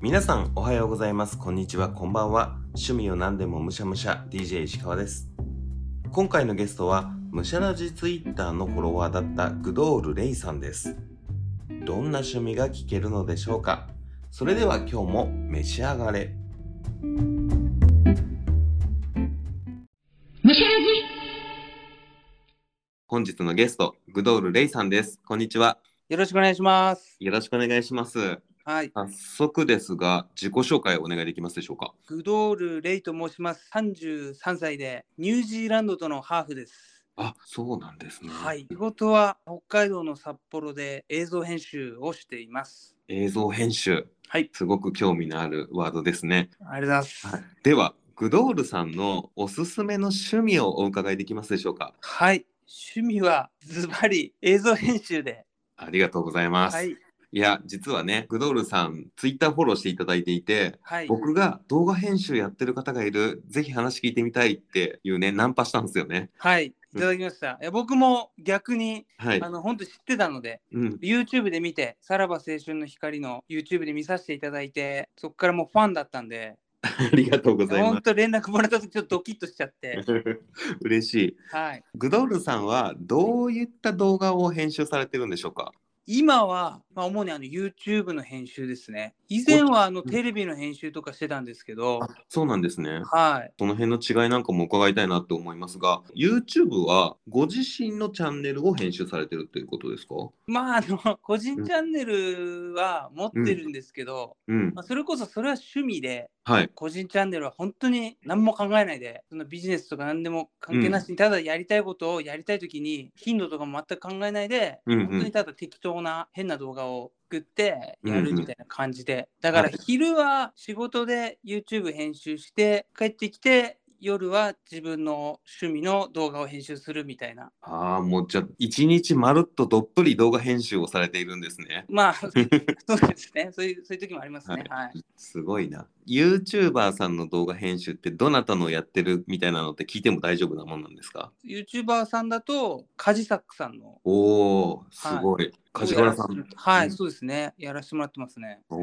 皆さんおはようございますこんにちはこんばんは趣味を何でもむしゃむしゃ DJ 石川です今回のゲストはむしゃらじツイッターのフォロワーだったグドールレイさんですどんな趣味が聞けるのでしょうかそれでは今日も召し上がれむしゃら本日のゲストグドールレイさんですこんにちはじよろしくお願いします。よろしくお願いしますはい。早速ですが自己紹介お願いできますでしょうかグドール・レイと申します。33歳で、ニュージーランドとのハーフです。あそうなんですねはい。仕事は北海道の札幌で映像編集をしています。映像編集はい。すごく興味のあるワードですねありがとうございます。はい。ではグドールさんのおすすめの趣味をお伺いできますでしょうか趣味はズバリ映像編集で。ありがとうございます、、はいい。や実はねグドールさんツイッターフォローしていただいていてはい。僕が動画編集やってる方がいるぜひ話聞いてみたいっていうねナンパしたんですよねはい。いただきました。いや僕も逆に、はいあの、本当知ってたので、うん、 YouTube で見て、さらば青春の光の YouTube で見させていただいて、そこからもうファンだったんで、ありがとうございま本当連絡もらった時ちょっとドキッとしちゃっ て、す嬉しいはい、グドールさんはどういった動画を編集されてるんでしょうか今は、まあ、主にあの YouTube の編集ですね以前はあのうんテレビの編集とかしてたんですけど、そうなんですねはい、その辺の違いなんかも伺いたいなって思いますが、YouTube はご自身のチャンネルを編集されてるということですかまああの個人チャンネルは持ってるんですけど、うんま。あ、それこそそれは趣味ではい。個人チャンネルは本当に何も考えないでそのビジネスとか何でも関係なしにただやりたいことをやりたい時に頻度とかも全く考えないで、うんうん本当にただ適当な変な動画を作ってやうんうるんみたいな感じで、だからはい昼は仕事で YouTube 編集して帰ってきて夜は自分の趣味の動画を編集するみたいなああ、もうじゃあ、一日まるっとどっぷり動画編集をされているんですね。まあそうですねそういうそういう時もありますねはい、すごいな。YouTuber さんの動画編集ってどなたのやってるみたいなのって聞いても大丈夫なもんなんですか YouTuber さんだとカジサックさんのおお、すごい。梶原さん。はうんい、そうですね。やらせてもらってますね。お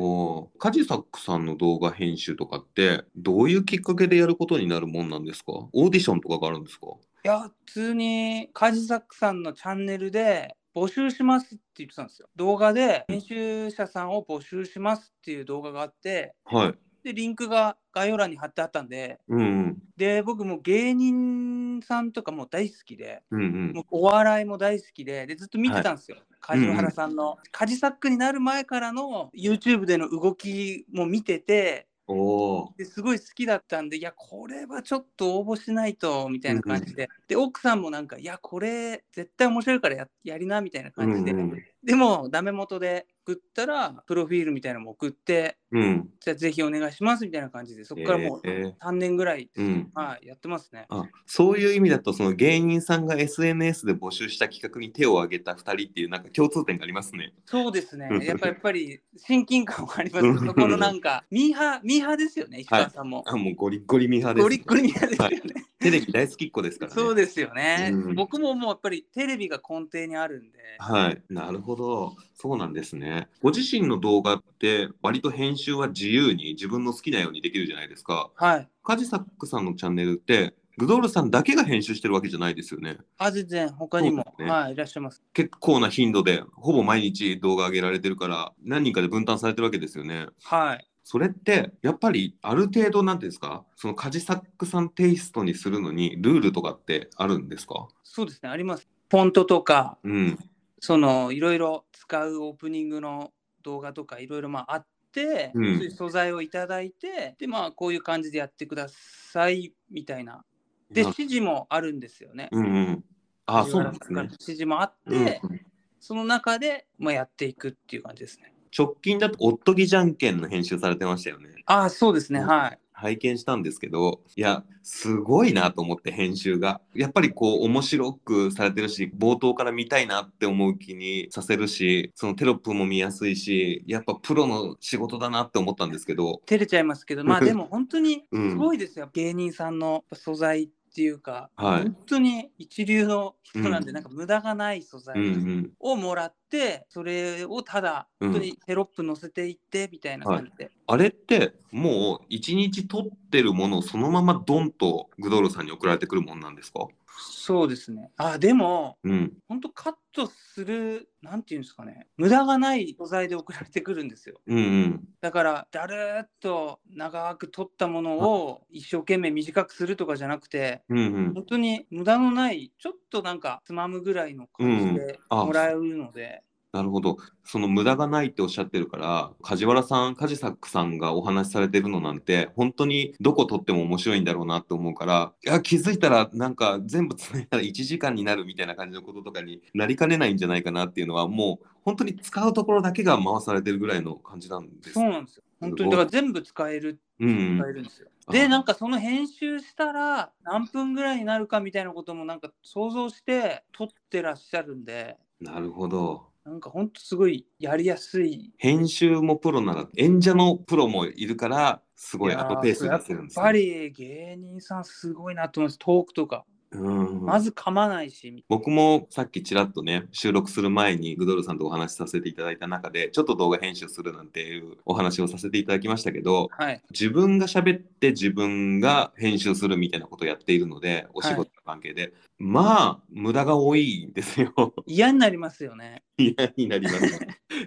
おー。梶作さんの動画編集とかって、どういうきっかけでやることになるもんなんですかオーディションとかがあるんですかいや、普通にカジサックさんのチャンネルで募集しますって言ってたんですよ。動画で編集者さんを募集しますっていう動画があって、はい。で、リンクが概要欄に貼ってあったんで、うんうん。で、僕もう芸人さんとかもう大好きで、うんうんもうお笑いも大好きで、でずっと見てたんですよ。い梶原さんの、カジサックになる前からの YouTube での動きも見てて、おーですごい好きだったんで、いや、これはちょっと応募しないとみたいな感じで、で、奥さんもなんか、いや、これ絶対面白いからややりなみたいな感じで、うんうんでも、ダメ元で送ったら、プロフィールみたいなのも送って、うん。じゃあぜひお願いしますみたいな感じで、そこからもうえー3年ぐらいです、うんはい、やってますね。あそういう意味だとその芸人さんが SNS で募集した企画に手を挙げた2人っていうなんか共通点がありますね。そうですねうん。やっぱやっぱり親近感はありますうね。んそこのなんか、ミーハー、ミーハーですよね、石川さんも。あもうゴリッゴリミーハーです。ゴリッゴリミーハーですよね。テレビ大好きっ子ですからね。そうですよね、うん僕ももうやっぱりテレビが根底にあるんで。はい、なるほどそうなんですね。ご自身の動画って割と編集は自由に自分の好きなようにできるじゃないですか。はい。カジサックさんのチャンネルってグドールさんだけが編集してるわけじゃないですよね。あ、全然、他にも、そうですねはい、いらっしゃいます。結構な頻度でほぼ毎日動画上げられてるから何人かで分担されてるわけですよね。はい。それってやっぱりある程度なんていうんですかそのカジサックさんテイストにするのにルールとかってあるんですかそうですね、あります。フォントとか、うんその、いろいろ使うオープニングの動画とか、いろいろまああって、うんそういう素材をいただいて、で、まあ、こういう感じでやってください、みたいな。で、な指示もあるんですよね。うんうんあそうなんですね指、示もあって、うんその中で、まあ、やっていくっていう感じですね。直近だとおっとぎじゃんけんの編集されてましたよねああ、そうですね、うんはい。拝見したんですけどいやすごいなと思って編集がやっぱりこう面白くされてるし冒頭から見たいなって思う気にさせるしそのテロップも見やすいしやっぱプロの仕事だなって思ったんですけど照れちゃいますけ ど、まあ、でも本当にうんすごいですよ、芸人さんの素材っていうか、はい本当に一流の人なんで、うんなんか無駄がない素材うんうんをもらって、それをただ、うん本当にテロップ載せていってみたいな感じであれってもう1日撮ってるものをそのままドンとグドールさんに送られてくるもんなんですかそうですね。あ、でも、うん。本当カットする、なんていうんですかね、無駄がない素材で送られてくるんですよ。うんうん。だから、だるーっと長く撮ったものを一生懸命短くするとかじゃなくて、うんうん。本当に無駄のない、ちょっとなんかつまむぐらいの感じであもらうので、なるほど。その無駄がないっておっしゃってるから、梶原さん、梶作さんがお話しされてるのなんて、本当にどこ撮っても面白いんだろうなと思うから、いや、気づいたらなんか全部つないだら1時間になるみたいな感じのこととかになりかねないんじゃないかなっていうのは、もう本当に使うところだけが回されてるぐらいの感じなんです。そうなんですよ。本当に、すだごかいら全部使える、うんうん使えるんですよ。あで、なんかその編集したら何分ぐらいになるかみたいなこともなんか想像して撮ってらっしゃるんで、なるほど。なんか本当すごいやりやすい。編集もプロなら演者のプロもいるからすごいいやあーとペースが出せるんですやねっぱり芸人さんすごいなと思います。トークとか。うんまず噛まないし。僕もさっきちらっとね収録する前にグドルさんとお話しさせていただいた中でちょっと動画編集するなんていうお話をさせていただきましたけどはい。自分が喋って自分が編集するみたいなことをやっているのでお仕事の関係で、まあ無駄が多いんですよ 嫌になりますよね。嫌になります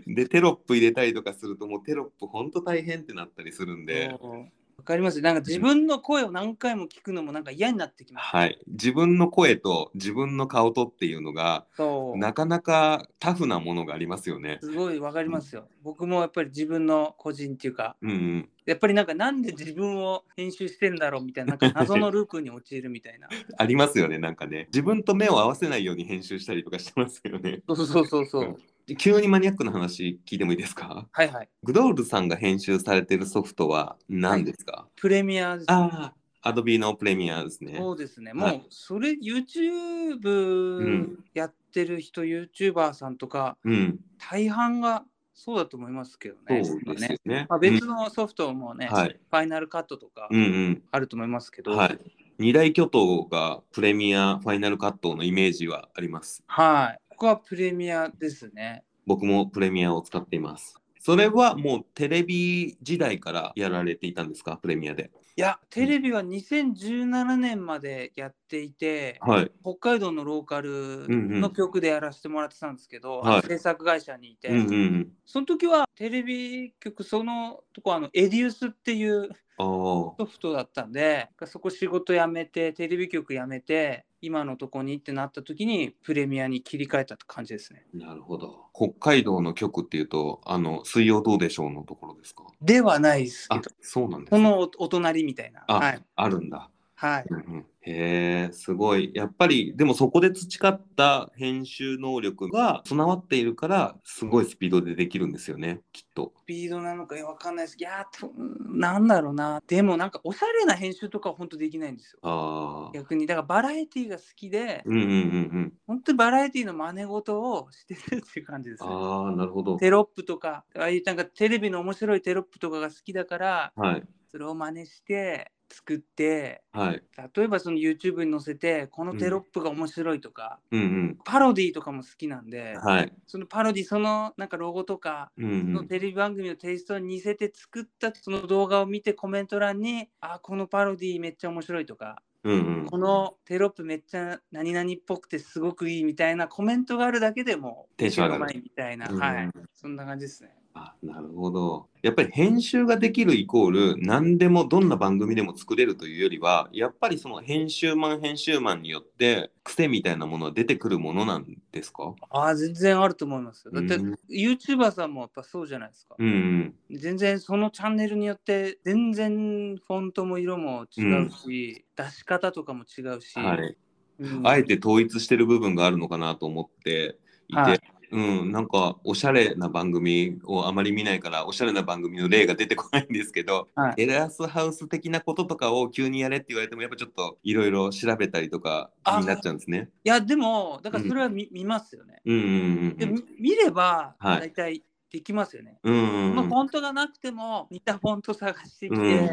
でテロップ入れたりとかするともうテロップほんと大変ってなったりするんで。そうわかります。なんか自分の声を何回も聞くのもなんか嫌になってきます。はい、自分の声と自分の顔とっていうのがそう。なかなかタフなものがありますよね。すごいわかりますよ。僕もやっぱり自分の個人っていうか、うんうん、やっぱりなんかなんで自分を編集してんだろうみたいな、 なんか謎のループに陥るみたいな。ありますよねなんかね自分と目を合わせないように編集したりとかしてますよね。そうそうそうそう。急にマニアックな話聞いてもいいですかはいはい。グドールさんが編集されてるソフトは何ですか、プレミアですねああ、アドビのプレミアですね。そうですね。もはいうそれ YouTube やってる人、YouTuber さんとかうん、大半がそうだと思いますけどそうね。ですよねね。まあ、別のソフトもね、うんはいファイナルカットとかうん、うんあると思いますけうど、ん、はい。二大巨頭がプレミア、ファイナルカットのイメージはあります。はい。ここはプレミアですね。僕もプレミアを使っています。それはもうテレビ時代からやられていたんですかプレミアで。いや、テレビは2017年までやっていて、はい。北海道のローカルうんうのん曲でやらせてもらってたんですけど、はい制作会社にいて、うんうん。その時はテレビ局そのとこあのエディウスっていうああ。ソフトだったんでそこ仕事辞めてテレビ局辞めて今のとこにってなった時にプレミアに切り替えたって感じですね。なるほど。北海道の曲っていうと、あの、水曜どうでしょうのところですかではないですけあど、そうなんですこね、のおお隣みたいな。あ、はい、あるんだ。はい、うんうんへえ、すごい。やっぱり、でもそこで培った編集能力が備わっているから、すごいスピードでできるんですよね、きっと。スピードなのか分かんないですいやーとうんなんだろうなでもなんかおしゃれな編集とかは本当できないんですよああ。逆にだからバラエティーが好きでうんうんうんうん。本当にバラエティーの真似事をしてるっていう感じですねああ、なるほど。テロップとかああいうなんかテレビの面白いテロップとかが好きだからはい。それを真似して作ってはい。例えばその YouTube に載せてこのテロップが面白いとか、うんパロディとかも好きなんで、うん。はい。そのパロディそのなんかロゴとかうんそうのん、テレビ番組のテイストに似せて作ったその動画を見てコメント欄に「あこのパロディめっちゃ面白い」とかうんう「んこのテロップめっちゃ何々っぽくてすごくいい」みたいなコメントがあるだけでもテンション上がる目の前みたいな、うんはいそんな感じですね。あなるほどやっぱり編集ができるイコール何でもどんな番組でも作れるというよりはやっぱりその編集マン編集マンによって癖みたいなものは出てくるものなんですかああ全然あると思いますよだってうん YouTuber さんもやっぱそうじゃないですか、うんうん全然そのチャンネルによって全然フォントも色も違うし、出し方とかも違うし、はい、うんあえて統一してる部分があるのかなと思っていて、はいうん、なんかおしゃれな番組をあまり見ないからおしゃれな番組の例が出てこないんですけど、はいテラスハウス的なこととかを急にやれって言われてもやっぱちょっといろいろ調べたりとか気になっちゃうんですね。いやでもだからそれは見,、見ますよねうんうんうで、んみ見ればはい大体できますよね、うんうんまあ、うんフォントがなくても似たフォント探してきて、うん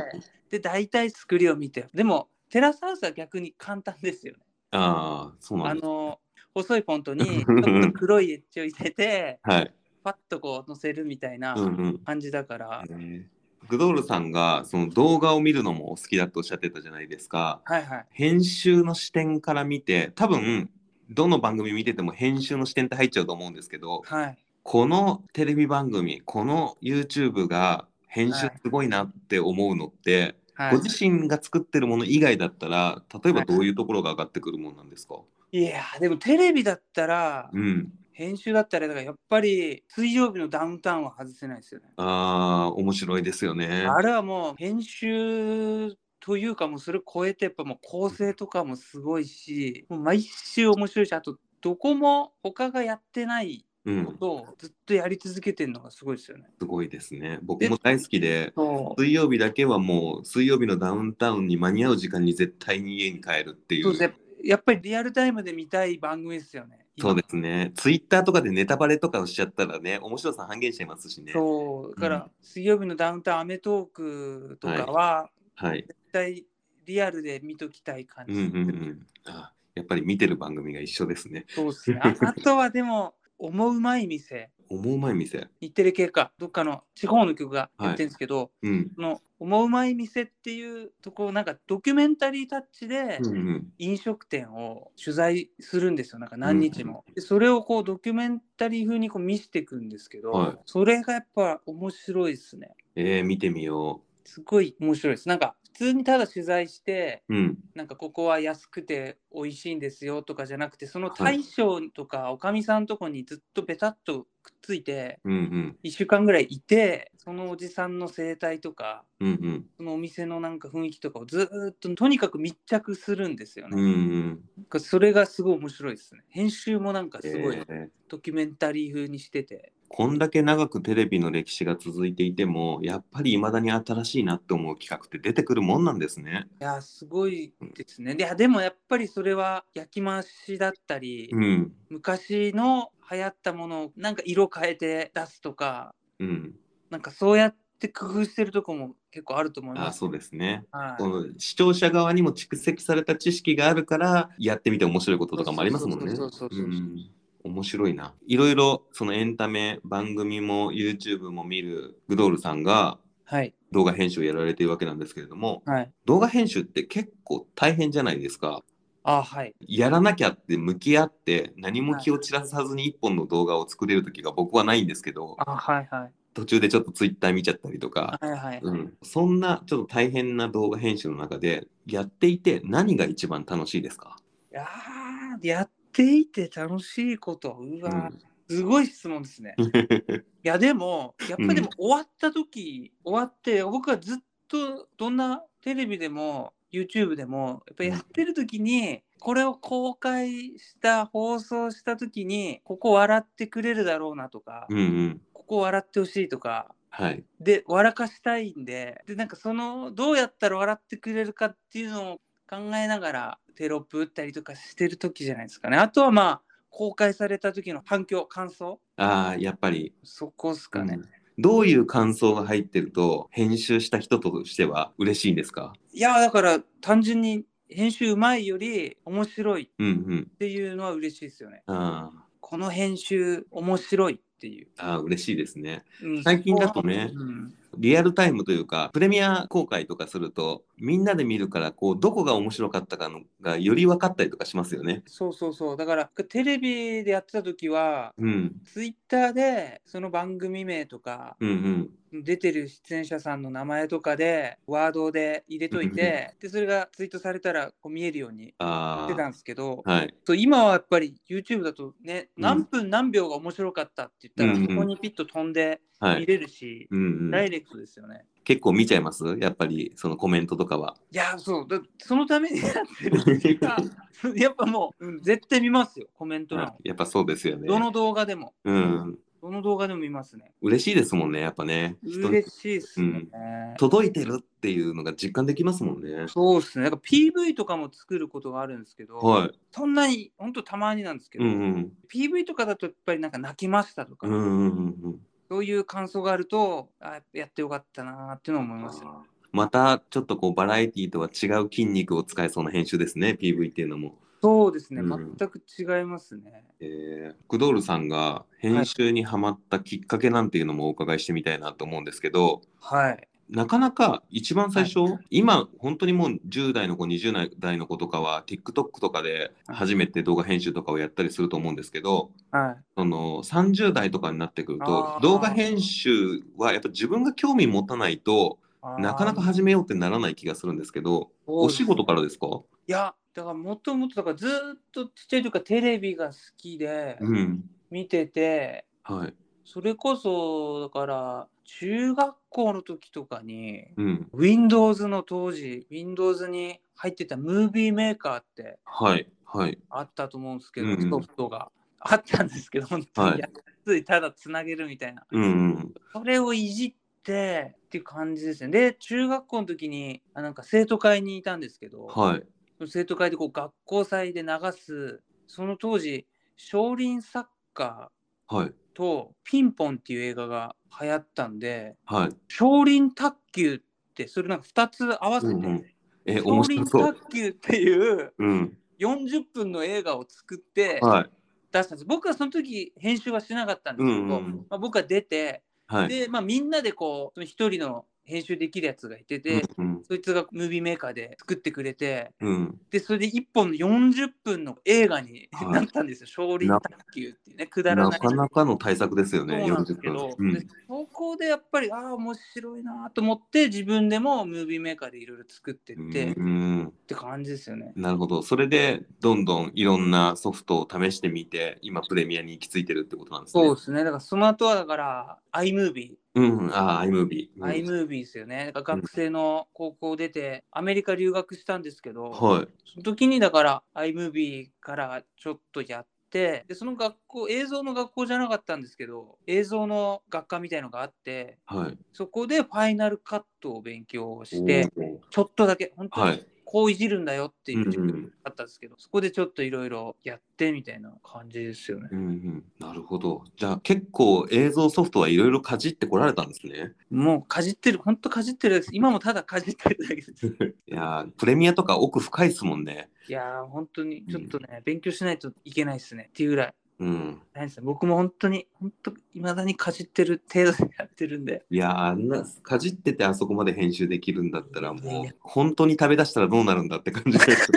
で大体作りを見てでもテラスハウスは逆に簡単ですよねああ、そうなあんだ。の細いフォントにちょっと黒いエッジを入れてはい。パッとこう載せるみたいなうんうん。感じだから、えーグドールさんがその動画を見るのもお好きだとおっしゃってたじゃないですか。はいはい。編集の視点から見て、多分、どの番組見てても編集の視点って入っちゃうと思うんですけど、はい。このテレビ番組、この YouTube が編集すごいなって思うのって、はご自身が作ってるもの以外だったら、例えばどういうところが上がってくるもんなんですか、い、いやーでもテレビだったら、うん。編集だったらだからやっぱり水曜日のダウンタウンは外せないですよね。ああ、面白いですよね。あれはもう編集というかもうそれ超えてやっぱもう構成とかもすごいしもう毎週面白いしあとどこも他がやってないうんこ。とをずっとやり続けてるのがすごいですよね。すごいですね。僕も大好きで、そう水曜日だけはもう、水曜日のダウンタウンに間に合う時間に絶対に家に帰るっていそうう。ですねやっぱりリアルタイムで見たい番組ですよね。今そうですね。ツイッターとかでネタバレとかをしちゃったらね、面白さ半減しちゃいますしね。そうだかうんら水曜日のダウンタウンアメトークとかははい。絶対リアルで見ときたい感うじ。んうんうん。あやっぱり見てる番組が一緒ですね。そうですね。あ あとはでも思うまい店思うまい店。日テレ系かどっかの地方の曲がやってるんですけど、うん。その思うまい店っていうところなんかドキュメンタリータッチでうんうん。飲食店を取材するんですよなんか何日も、でそれをこうドキュメンタリー風にこう見せていくんですけど、はいそれがやっぱ面白いですねえー、見てみよすごい面白いですなんか普通にただ取材してう。うん。なんかここは安くて美味しいんですよとかじゃなくてその大将とかおかみさんとこにずっとベタっとくっついてうんうん。 1週間ぐらいいてそのおじさんの生態とかうんうん。そのお店のなんか雰囲気とかをずーっととにかく密着するんですようんね。うん。それがすごい面白いですね。編集もなんかすごいえードキュメンタリー風にしてて。こんだけ長くテレビの歴史が続いていても、やっぱり未だに新しいなって思う企画って出てくるもんなんですね。いやーすごいですね。いやでもやっぱりそれは焼き回しだったり、うん。昔の流行ったものをなんか色変えて出すとかうん。なんかそうやって工夫してるとこも結構あると思いあまーす。そうですね。はいこの視聴者側にも蓄積された知識があるからやってみて面白いこととかもありますもんね。そうそうそうそうそううそうん面白いな。いろいろそのエンタメ番組も YouTube も見るグドールさんがはい動画編集をやられているわけなんですけれどもはい。動画編集って結構大変じゃないですか。あはい。やらなきゃって向き合って何も気を散らさずに一本の動画を作れる時が僕はないんですけどあはいはい。途中でちょっと Twitter 見ちゃったりとかはいはい。うん、そんなちょっと大変な動画編集の中でやっていて何が一番楽しいですか、いやーやっていて楽しいことううわー、ん、すごい質問ですね。いやでもやっぱりでも終わった時、終わって僕はずっとどんなテレビでも YouTube でもやっぱやってる時にこれを公開した放送した時にここ笑ってくれるだろうなとか、うん うんここ笑ってほしいとかはいで笑かしたいんででなんかそのどうやったら笑ってくれるかっていうのを考えながらテロップ打ったりとかしてる時じゃないですかねあとはまあ公開された時の反響感想あーやっぱり、そこですかね、うんどういう感想が入ってると編集した人としては嬉しいんですかいやだから単純に編集うまいより面白いっうんうんていうのは嬉しいですよねあーこの編集面白いっていう、あー嬉しいですねうん最近だとねうんリアルタイムというかプレミア公開とかするとみんなで見るからこうどこが面白かったかのがより分かったりとかしますよねそうそうそうだからテレビでやってた時はうんツイッターでその番組名とかうんうん出てる出演者さんの名前とかでワードで入れといてでそれがツイートされたらこう見えるようにあしてたあんですけどはいそう今はやっぱり YouTube だとねうん何分何秒が面白かったって言ったうんうらんそこにピッと飛んでは見いれるしうんうんダイレクトですよね。結構見ちゃいますやっぱりそのコメントとかは。いやそうだそのためにや ってるってい うかやっぱもう、うん絶対見ますよコメント欄をやっぱそうですよね。どの動画でもうん。どの動画でも見ますね。嬉しいですもんね、やっぱね。人に嬉しいですね。届いてるっていうのが実感できますもんね。そうですね。なんか PV とかも作ることがあるんですけど、はい。そんなに、ほんとたまになんですけうど、んうん。 PV とかだとやっぱりなんか泣きましたとか、うんうんうんそういう感想があると、あやってよかったなーっていうのを思ういんますよ。。またちょっとこうバラエティとは違う筋肉を使えそうな編集ですね、PV っていうのも。そうですね、うん全く違いますね。えー、クドールさんが編集にハマったきっかけなんていうのもお伺いしてみたいなと思うんですけど、はい。なかなか一番最初、今本当にもう10代の子20代の子とかは TikTok とかで初めて動画編集とかをやったりすると思うんですけどはい。その30代とかになってくるとあー動画編集はやっぱ自分が興味持たないとあーなかなか始めようってならない気がするんですけどお仕事からですかいや、だからもともと、だからずーっとちっちゃい時からテレビが好きで、うん見てて、はいそれこそ、だから、中学校の時とかに、うん、 Windows の当時、Windows に入ってたムービーメーカーってはいはいあったと思うんですけど、うんソフトが。あったんですけど、本当はいに安い、ただつなげるみたいな。うんうんそれをいじってっていう感じですね。で、中学校の時に、あなんか生徒会にいたんですけど、はい生徒会でこう学校祭で流すその当時少林サッカはいーとピンポンっていう映画が流行ったんではい少林卓球ってそれなんか2つ合わせて、うんうんえ少面白林そう卓球っていううん40分の映画を作ってはい出したんです、僕はその時編集はしなかったんですけど、うんうんまあ、僕は出て、はいで、まあ、みんなでこう一人の編集できるやつがいてて、うんそいつがムービーメーカーで作ってくれてうんでそれで1本の40分の映画にはいなったんですよ「少林卓球」っていうねくだらなない。かなかの対策ですよねそうなんです40けど分、うんでそこでやっぱりああ面白いなと思って自分でもムービーメーカーでいろいろ作ってって、っうんて感じですよね。なるほどそれでどんどんいろんなソフトを試してみて今プレミアに行き着いてるってことなんですねそうですねだからその後はだから iMovie、うんああ iMovie、うん iMovie ですよねだから学生の高校出てアメリカ留学したんですけど、はいその時にだから iMovie からちょっとやってでその学校映像の学校じゃなかったんですけど映像の学科みたいのがあってはいそこでファイナルカットを勉強しておーちょっとだけ本当はにいこういじるんだよっていううんうんのがあったんですけど、そこでちょっといろいろやってみたいな感じですよね。うんうん、なるほどじゃあ結構映像ソフトはいろいろかじってこられたんですねもうかじってる本当かじってるだけです今もただかじってるだけ です。いやープレミアとか奥深いですもんねいやー本当にちょっとね、勉強しないといけないですねっていうぐらいうん大変ですね僕も本当に、本当、いまだにかじってる程度でやってるんで。いやーあんなかじっててあそこまで編集できるんだったらいやいもうや本当に食べ出したらどうなるんだって感 じです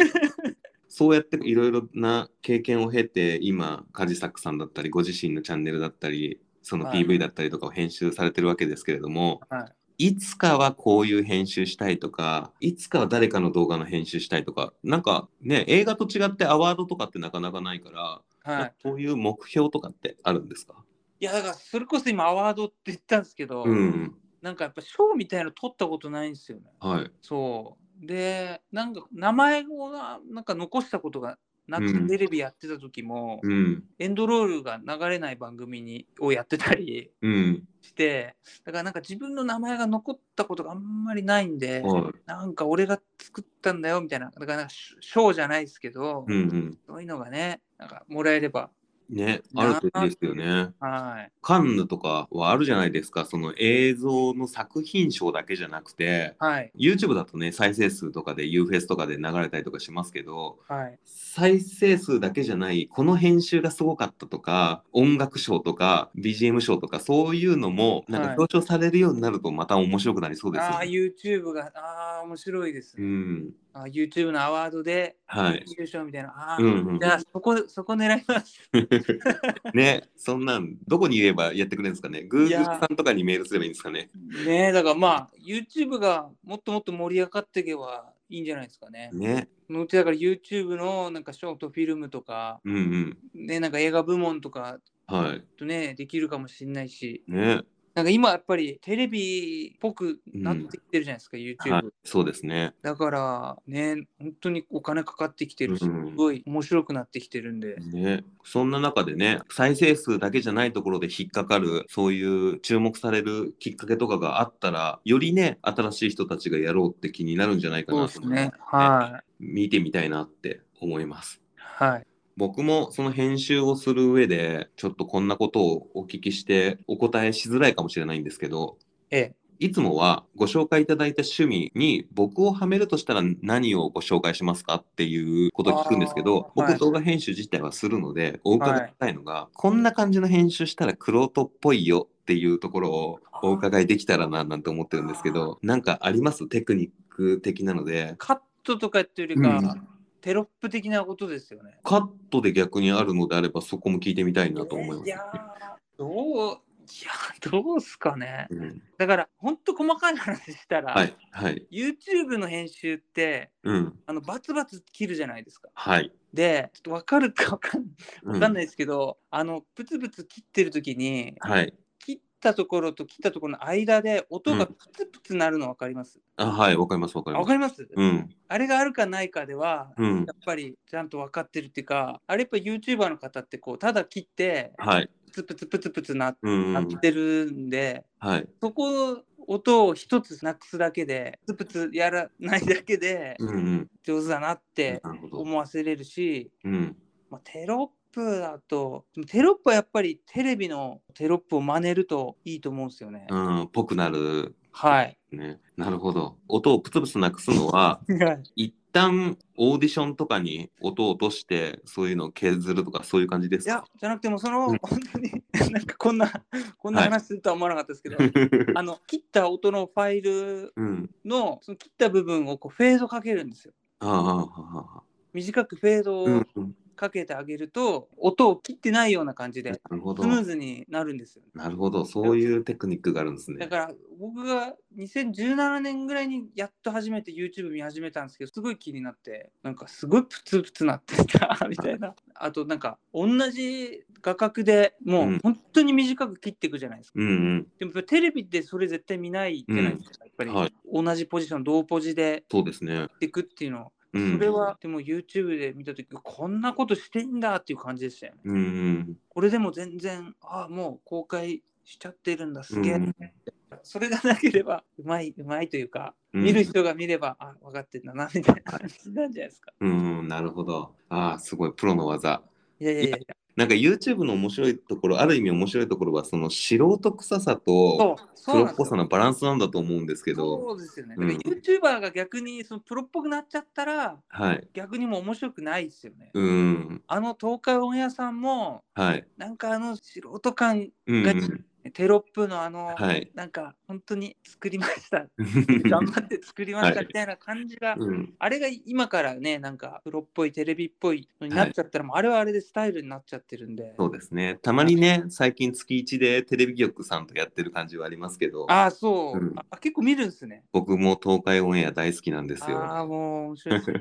そうやっていろいろな経験を経て今カジサックさんだったりご自身のチャンネルだったりそのはい PV だったりとかを編集されてるわけですけれども、、はいつかはこういう編集したいとかいつかは誰かの動画の編集したいとかなんかね映画と違ってアワードとかってなかなかないから、はないんか、そういう目標とかってあるんですかいや、だから、それこそ今、アワードって言ったんですけど、うん、なんかやっぱ、賞みたいなの取ったことないんですよね。はい、そう。で、なんか、名前をななんか残したことがなくて、うんテレビやってた時も、うんエンドロールが流れない番組にをやってたりうんして、だから、なんか自分の名前が残ったことがあんまりないんで、はいなんか俺が作ったんだよみたいな、だからなんか、賞じゃないですけど、うんうんそういうのがね、なんかもらえれば。ね、あなるといいですよね。はい。カンヌとかはあるじゃないですか、その映像の作品賞だけじゃなくて、はい。 YouTube だとね、再生数とかで UFES とかで流れたりとかしますけど、はい。再生数だけじゃない、この編集がすごかったとか、音楽賞とか、BGM 賞とか、そういうのも、なんかはい表彰されるようになると、また面白くなりそうですよああ、ね。 YouTube が、ああ、面白いですうね。ん。あー YouTube のアワードではい。優勝みたいな。ああ、うんうんじゃあそこ、そこ狙います。ね、そんなん、どこに言えばやってくれるんですかね。い Google やーさんとかにメールすればいいんですかね。ねえ、だからまあ、YouTube がもっともっと盛り上がっていけばいいんじゃないですかね。ね。そのうちだから YouTube のなんかショートフィルムとか、うんうん。ね、なんか映画部門とかはい。とね、できるかもしれないし、ね。なんか今やっぱりテレビっぽくなってきてるじゃないですか、YouTube。はい、そうですね。だからね、本当にお金かかってきてるし、うすんごい面白くなってきてるんで、ね、そんな中でね再生数だけじゃないところで引っかかるそういう注目されるきっかけとかがあったらよりね新しい人たちがやろうって気になるんじゃないかそうなとです思いますね。は見てみたいなって思います。い。はい。僕もその編集をする上でちょっとこんなことをお聞きしてお答えしづらいかもしれないんですけどええ。いつもはご紹介いただいた趣味に僕をはめるとしたら何をご紹介しますかっていうことを聞くんですけど、あーはい僕動画編集自体はするのでお伺いしたいのが、こんな感じの編集したら玄人っぽいよっっていうところをお伺いできたらななんて思ってるんですけどなんかありますテクニック的なのでカットとかっていうよりか、うんテロップ的なことですよね。カットで逆にあるのであればそこも聞いてみたいなと思います、いやーどういやどうすかね。うん、だから本当細かい話したら、はいはい、 YouTube の編集ってうん、あのバツバツ切るじゃないですか。はい、でちょっと分かるか分かんうんわかんないですけど、あのブツブツ切ってる時にはい切ったところと切ったところの間で音がプツプツ鳴るの分かります、あはいわかりますわかりあま分すかります、うんあれがあるかないかでは、うんやっぱりちゃんと分かってるっていうかあれやっぱ YouTuber の方ってこうただ切ってはいプツプツプツプツなうん鳴ってるんで、はいそこ音を一つなくすだけでプツプツやらないだけでうんうん上手だなってなるほど思わせれるし、うんまあ、テロップだとでもテロップはやっぱりテレビのテロップを真似るといいと思うんですよね。うんぽくなるはい。 ねなるほど音をプツプツなくすのは一旦オーディションとかに音を落としてそういうのを削るとかそういう感じですいやかじゃなくてもその、うん本当になんかこんなこんな話するとは思わなかったですけど、あの切った音のファイル うんのその切った部分をこうフェードかけるんですよ。ああああああ短くフェードうんをうんかけてあげると、音を切ってないような感じなでるほどスムーズになるんですよ。なるほどそういうテクニックがあるんですねだから僕が2017年ぐらいにやっと初めて YouTube 見始めたんですけどすごい気になってなんかすごいプツプツなってた みたいなあとなんか同じ画角でもうんう本当に短く切っていくじゃないですか、うんでもやっぱテレビってそれ絶対見ないじゃないですか、やっぱうんり、はい同じポジション同ポジでそうですね切っていくっていうのうんそれはでも YouTube で見た時こんなことしてんだっていう感じでしたよねうんうんこれでも全然ああもう公開しちゃってるんだすげえ、うんそれがなければうまいうまいというか、うん見る人が見ればあ分かってんだなみたいな感じなんじゃないですか。うんなるほどああすごいプロの技いやいやいやいやなんか YouTube の面白いところある意味面白いところはその素人臭さそとうそプうロなんっでぽすさよのバランスなんだと思うんですけどそうですよね。うんだから YouTuber が逆にそのプロっぽくなっちゃったらはい逆にもう面白くないですよね。うんあの東海オンエアさんもはいなんかあの素人感うんが、うんテロップのあの、はいなんか本当に作りました頑張って作りましたはいみたいな感じが、うんあれが今からねなんかプロっぽいテレビっぽいのになっちゃったら、もうあれはあれでスタイルになっちゃってるんで。そうですね。たまにね、最近月1でテレビ局さんとやってる感じはありますけど、ああ、そう、うんあ。結構見るんですね。僕も東海オンエア大好きなんですよ。ああ、もう 面白いですね。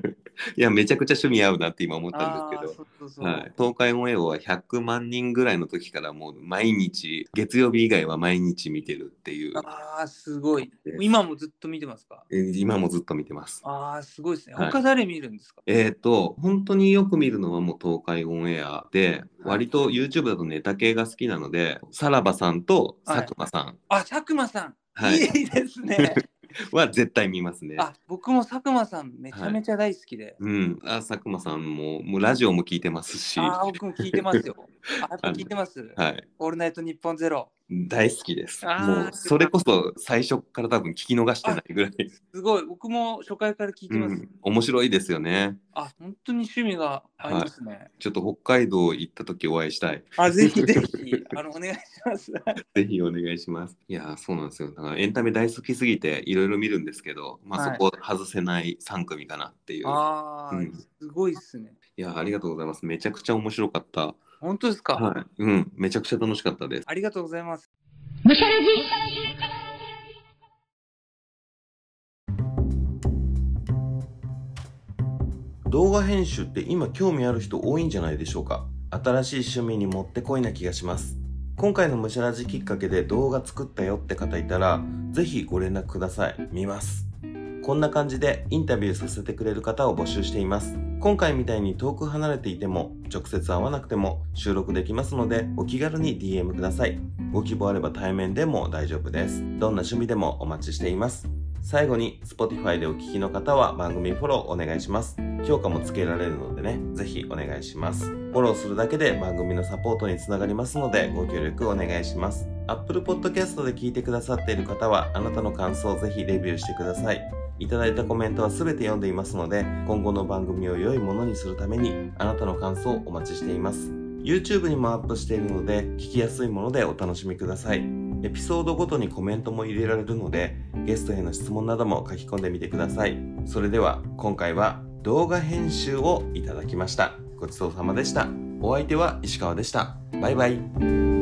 いや、めちゃくちゃ趣味合うなって今思ったんあですけあー、ど。そうそうそう。はい、東海オンエアは100万人ぐらいの時からもう毎日月曜日以外は毎日見てるっていうああ、すごいで。今もずっと見てますかえー今もずっと見てますああ、すごいですね。はい他誰見るんですか、えっ、と本当によく見るのはもう東海オンエアで割と YouTube だとネタ系が好きなのでさらばさんと佐久間さんあ、佐久間さん。はいい、いで すね。は絶対見ますね、あ、僕も佐久間さんめちゃめちゃ大好きで。うん、あ佐久間さんももうラジオも聞いてますし、あはあ、僕も聞いてますよ。あ、やっぱ聞いてます。い、オールナイトニッポンゼロ。大好きです。あーもうそれこそ最初から多分聞き逃してないぐらい、すごい。僕も初回から聞いてうます。ん、面白いですよね。あ、本当に趣味がありますね。ちょっと北海道行った時お会いしたい。 あ、ぜひぜひ、あの、お願いします。ぜひお願いします。いやー、そうなんですよ。だからエンタメ大好きすぎていろいろ見るんですけど、まあそはいこ外せない3組かなっていう。ああ、うんすごいっすね。いやー、ありがとうございます。めちゃくちゃ面白かった。本当ですか、はい、うん、めちゃくちゃ楽しかったです。ありがとうございます。むしゃらじ動画編集って今興味ある人多いんじゃないでしょうか新しい趣味にもってこいな気がします今回のむしゃらじきっかけで動画作ったよって方いたらぜひご連絡ください見ますこんな感じでインタビューさせてくれる方を募集しています今回みたいに遠く離れていても直接会わなくても収録できますのでお気軽に DM くださいご希望あれば対面でも大丈夫ですどんな趣味でもお待ちしています最後に Spotify でお聞きの方は番組フォローお願いします評価もつけられるのでね、ぜひお願いします。フォローするだけで番組のサポートにつながりますので、ご協力お願いします。Apple Podcast で聞いてくださっている方は、あなたの感想をぜひレビューしてください。いただいたコメントは全て読んでいますので、今後の番組を良いものにするために、あなたの感想をお待ちしています。YouTube にもアップしているので、聞きやすいものでお楽しみください。エピソードごとにコメントも入れられるので、ゲストへの質問なども書き込んでみてください。それでは、今回は動画編集をいただきました。ごちそうさまでした。お相手は石川でした。バイバイ。